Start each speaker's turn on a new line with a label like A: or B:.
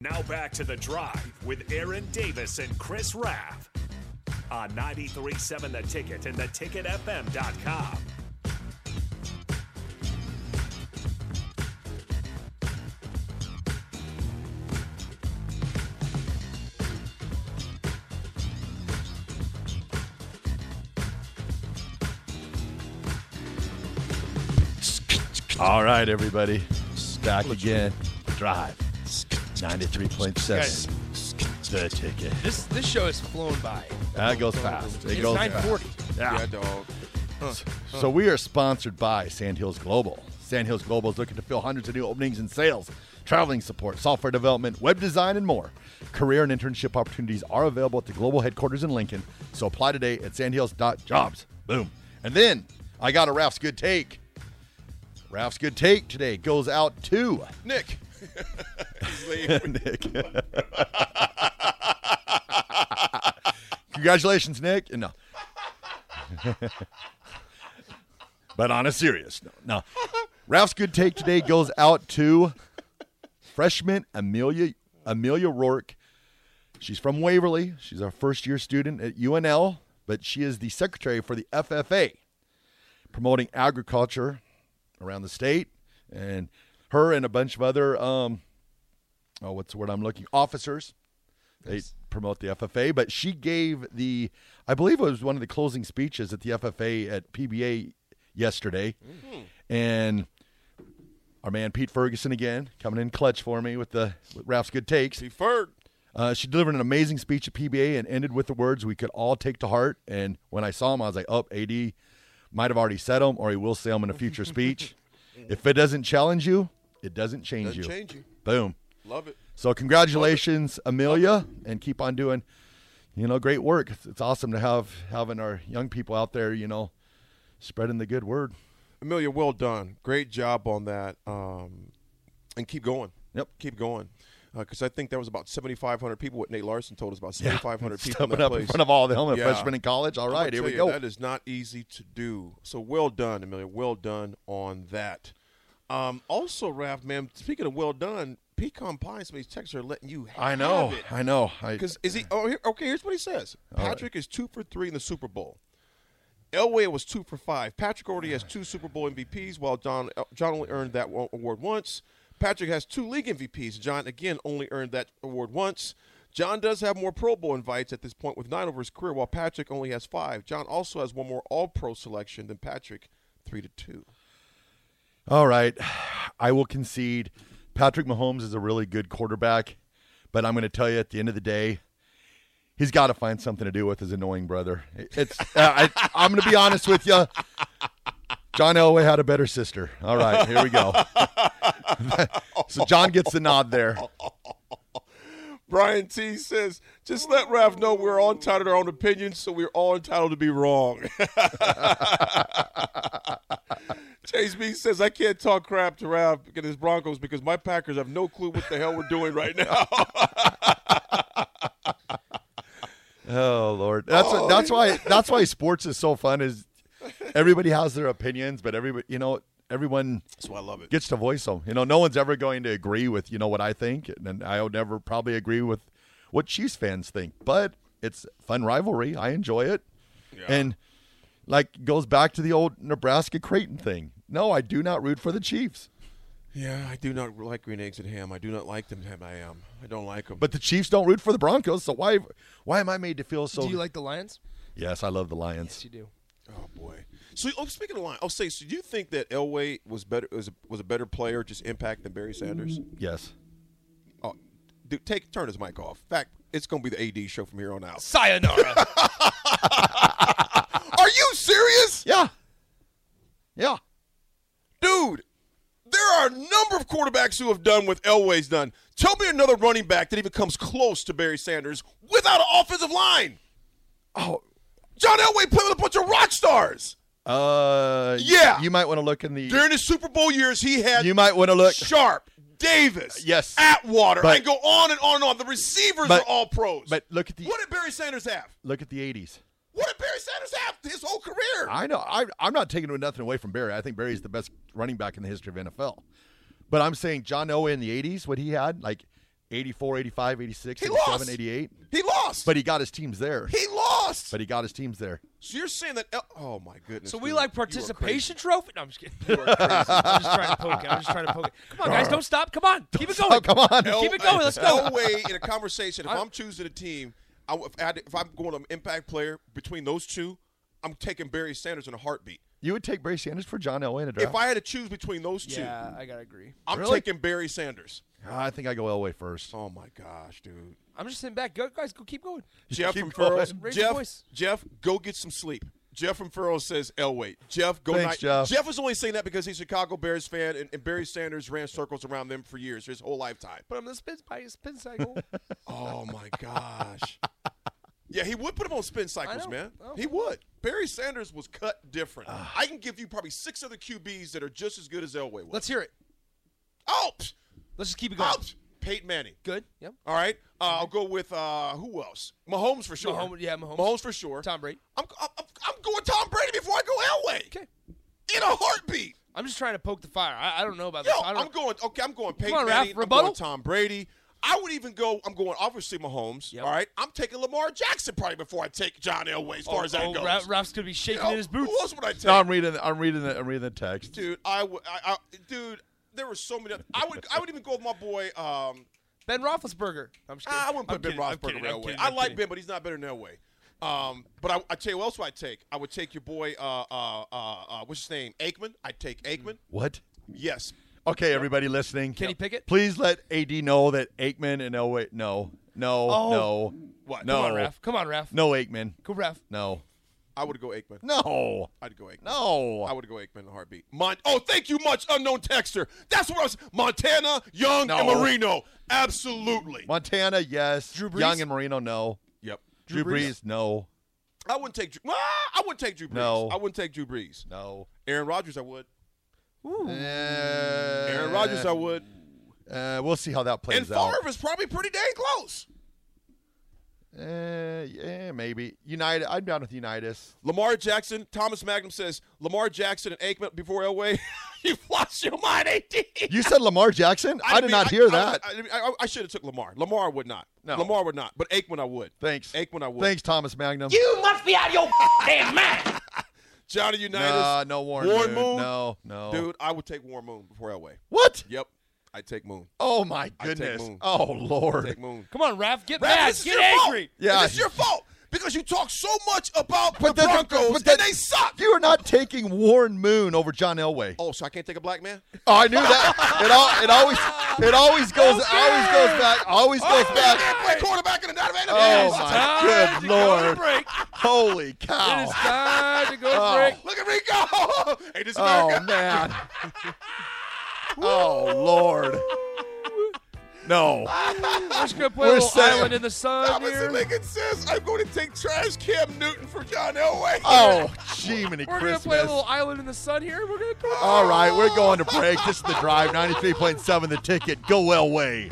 A: Now back to the drive with Aaron Davis and Chris Raff on 937 The Ticket and theticketfm.com.
B: All right, everybody. Back again. Drive. 93.7. The ticket.
C: This this show is flown by.
B: That goes fast. It
C: it's
B: goes fast.
C: 940.
B: Yeah.
D: dog.
B: So we are sponsored by Sandhills Global. Sandhills Global is looking to fill hundreds of new openings in sales, traveling support, software development, web design, and more. Career and internship opportunities are available at the global headquarters in Lincoln. So apply today at sandhills.jobs. Boom. And then I got a Ralph's good take. Ralph's good take today goes out to
D: Nick.
B: Nick. Congratulations, Nick. No. but on a serious note, no. Ralph's good take today goes out to freshman Amelia Amelia Rourke. She's from Waverly. She's our first year student at UNL, but she is the secretary for the FFA, promoting agriculture around the state. And her and a bunch of other um, oh, what's the word I'm looking? Officers. They promote the FFA, but she gave the, I believe it was one of the closing speeches at the FFA at PBA yesterday, and our man Pete Ferguson again coming in clutch for me with the with Ralph's good takes.
D: Deferred.
B: Uh, she delivered an amazing speech at PBA and ended with the words we could all take to heart. And when I saw him, I was like, "Oh, AD might have already said them, or he will say them in a future speech." if it doesn't challenge you, it doesn't change
D: Doesn't
B: you.
D: change you.
B: Boom.
D: Love it.
B: So congratulations, Amelia, and keep on doing, you know, great work. It's, it's awesome to have having our young people out there, you know, spreading the good word.
D: Amelia, well done. Great job on that. Um, and keep going.
B: Yep.
D: Keep going. Because I think that was about 7,500 people. What Nate Larson told us about 7,500 people in
B: Stepping
D: that
B: up
D: place.
B: in front of all the helmet
D: Yeah.
B: freshmen in college. All
D: I'm gonna
B: right, here
D: tell
B: we
D: you,
B: go.
D: That is not easy to do. So well done, Amelia. Well done on that. Um, also, Raph, man. Speaking of well done, pecan pie. Somebody's texts are letting you. Have
B: I know,
D: It.
B: I know. I,
D: Because is he? Oh, here, okay. Here's what he says. Patrick is two for three in the Super Bowl. Elway was two for five. Patrick already has two Super Bowl MVPs, while John uh, John only earned that one award once. Patrick has two league MVPs. John again only earned that award once. John does have more Pro Bowl invites at this point with nine over his career, while Patrick only has five. John also has one more All Pro selection than Patrick, three to two.
B: All right. I will concede Patrick Mahomes is a really good quarterback, but I'm going to tell you at the end of the day, he's got to find something to do with his annoying brother. It's uh, I, I'm going to be honest with you. John Elway had a better sister. All right, here we go. so John gets the nod there.
D: Brian T says, just let Ralph know we're all entitled to our own opinions, so we're all entitled to be wrong. Chase B says, I can't talk crap to Ralph and his Broncos because my Packers have no clue what the hell we're doing right now.
B: Oh Lord, that's that's why that's why sports is so fun. Is everybody has their opinions, but everybody you know everyone
D: That's why I love it.
B: gets to voice them. You know, no one's ever going to agree with you know what I think, and then I'll never probably agree with what Chiefs fans think. But it's fun rivalry. I enjoy it, and like goes back to the old Nebraska Creighton thing. No, I do not root for the Chiefs,
D: Yeah, I do not like green eggs and ham. I do not like them ham I am. I don't like them.
B: but the Chiefs don't root for the Broncos. So why why am I made to feel so?
C: Do you like the Lions?
B: yes, I love the
C: Yes,
B: Lions.
C: you do.
D: oh boy. So oh, speaking of line, I'll say, so do you think that Elway was better was a, was a better player just impact than Barry Sanders?
B: Yes.
D: Oh, dude, take turn his mic off. In fact, it's going to be the AD show from here on out.
C: Sayonara.
D: Are you serious?
B: Yeah. Yeah.
D: Dude, there are a number of quarterbacks who have done what Elway's done. Tell me another running back that even comes close to Barry Sanders without an offensive line.
B: Oh.
D: John Elway played with a bunch of rock stars.
B: Uh.
D: Yeah.
B: You might want to look in the.
D: During his Super Bowl years, he had
B: You might want to look.
D: Sharp, Davis,
B: Yes.
D: Atwater.
B: But-
D: I can go on and on and on. The receivers
B: But-
D: are all pros.
B: but look at the-
D: What did Barry Sanders have?
B: Look at the '80s.
D: What did Barry Sanders have his whole career?
B: I know. I, I'm not taking nothing away from Barry. I think Barry's the best running back in the history of NFL. But I'm saying John Elway in the 80s, what he had, like 84, 85, 86,
D: He
B: 87,
D: lost.
B: 88.
D: He lost.
B: But he got his teams there.
D: he lost.
B: But he got his teams there.
D: so you're saying that? El- oh my goodness.
C: So we
D: dude.
C: like
D: You are crazy.
C: participation trophy. No, I'm just kidding. I'm just trying to poke it. I'm just trying to poke it. Come on, guys, don't stop. Come on, keep it going.
B: come on.
D: No-
C: keep it going. Let's go.
D: No way in a conversation. If
C: I-
D: I'm choosing a team, I, if, I, if I'm going to an impact player between those two, I'm taking Barry Sanders in a heartbeat.
B: You would take Barry Sanders for John Elway in a draft?
D: If I had to choose between those two,
C: Yeah, I gotta agree.
D: I'm
B: Really?
D: taking Barry Sanders.
B: Ah, I think I go Elway first.
D: Oh my gosh, dude.
C: I'm just sitting back. Go, guys, go. Keep going.
D: Jeff
B: Keep
D: from
B: going.
D: Furrows.
C: Raise your
D: Jeff,
C: voice.
D: Jeff, go get some sleep. Jeff from Furrows says Elway. Jeff, go
B: Thanks,
D: night.
B: Jeff.
D: was only saying that because he's a Chicago Bears fan, and, and Barry Sanders ran circles around them for years, his whole lifetime.
C: Put him in the spin, spin cycle.
D: Oh my gosh. Yeah, he would put him on spin cycles,
C: know.
D: man.
C: Oh.
D: He would. Barry Sanders was cut different.
B: Ah.
D: I can give you probably six other QBs that are just as good as Elway was.
C: Let's hear it.
D: oh, psh,
C: Let's just keep it going.
D: oh, psh. Peyton Manning.
C: Good. Yep.
D: All right, uh, I'll go with uh, who else? Mahomes for sure.
C: Mahomes- yeah, Mahomes.
D: for sure.
C: Tom Brady.
D: I'm, I'm, I'm going Tom Brady before I go Elway.
C: Okay.
D: In a heartbeat.
C: I'm just trying to poke the fire. I, I don't know about
D: Yo,
C: this. I don't,
D: I'm going. Okay, I'm going Peyton
C: on, Ralph,
D: Manning. I'm
C: rebuttal?
D: going Tom Brady. I would even go. I'm going obviously Mahomes.
C: Yep.
D: All right, I'm taking Lamar Jackson probably before I take John Elway. As far as that
C: oh,
D: goes,
C: Ra- Ralph's gonna be
D: You
C: shaking
D: know,
C: in his boots.
D: Who else would I take?
B: No, I'm reading. the- I'm reading. The, I'm reading the text.
D: dude, I would. I, I, dude, there were so many. I would. I would even go with my boy. Um,
C: Ben Roethlisberger. I'm just kidding.
D: Ah, I wouldn't put
C: I'm
D: Ben
C: kidding. I'm kidding.
D: Roethlisberger
C: I'm
D: Elway.
C: kidding.
D: I
C: I'm
D: like
C: kidding.
D: Ben, but he's not better than Elway. Um, but I, I tell you, what else would I take? I would take your boy. Uh, uh, uh, uh, what's his name? Aikman. I'd take Aikman.
B: What?
D: Yes.
B: Okay, everybody listening.
C: Kenny Pickett?
B: Please let AD know that Aikman and Elway. No, no,
C: Oh.
B: no.
D: What?
B: No.
C: Come on, Ralph. Come on, Ralph.
B: No Aikman.
C: Go, Ralph.
B: No.
D: I would go Aikman.
B: No.
D: I'd go Aikman.
B: No.
D: I would go Aikman in a heartbeat. Mon- oh, thank you much, unknown texter. That's what I was. Montana, Young, and
B: No.
D: Marino. Absolutely.
B: Montana, yes.
C: Drew Brees?
B: Young and Marino, no.
D: yep.
B: Drew,
C: Brees?
B: Brees, no.
D: I wouldn't take. Drew- Ah, I wouldn't take Drew Brees.
B: No.
D: I wouldn't take Drew Brees.
B: No.
D: Aaron Rodgers, I would.
C: Ooh.
B: Aaron
D: Aaron Rodgers, I would.
B: Uh, Eh, we'll see how that plays
D: Mm. And
B: out.
D: Favre is probably pretty dang close.
B: Uh, yeah, maybe. United. I'm down with Unitas.
D: Lamar Jackson, Thomas Magnum says Lamar Jackson and Aikman before Elway. You've lost your mind, AD.
B: You said Lamar Jackson? I, did
D: mean,
B: not hear
D: I-
B: that.
D: I, I, I, should have took Lamar. Lamar would not.
B: No.
D: Lamar would not. But Aikman, I would.
B: Thanks.
D: Aikman, I would.
B: Thanks, Thomas Magnum.
E: You must be out of your damn mind.
D: Johnny Unitas.
B: Nah, no Warren,
D: Warren
B: Moon.
D: Moon.
B: No, no.
D: Dude, I would take Warren Moon before Elway.
B: What?
D: Yep, I'd take Moon.
B: Oh my
D: I take
B: goodness.
D: Moon.
B: Oh
D: Take
B: Lord.
D: Moon.
C: Come on, Ralph. Get
D: Rap,
C: mad.
D: this is
C: Get
D: your
C: angry.
D: fault.
B: Yeah.
D: this is your fault because you talk so much about the
B: But that's-
D: Broncos
B: but that-
D: and they suck.
B: You are not taking Warren Moon over John Elway.
D: Oh, so I can't take a black man?
B: Oh, I knew that. It all it always it always goes always goes back always goes
D: I
B: back.
D: can't play quarterback in the night of
B: Oh
C: time
B: my
C: to
B: good
C: go to
B: lord.
C: break.
B: Holy
C: It
B: cow.
C: is time to go to
B: Oh.
C: break.
D: Look at me go! hey, this is
B: Oh
D: America.
B: man. Oh Lord. No.
C: We're just gonna play
B: We're
C: a little
B: set.
C: island in the sun
D: Thomas
C: here.
D: Lincoln says I'm going to take trash Cam Newton for John Elway.
B: Oh, gee, many
C: We're gonna play a
B: Christmas.
C: little island in the sun here. We're gonna go.
B: All right, we're going to break. This is the drive 93.7 the ticket. Go well way.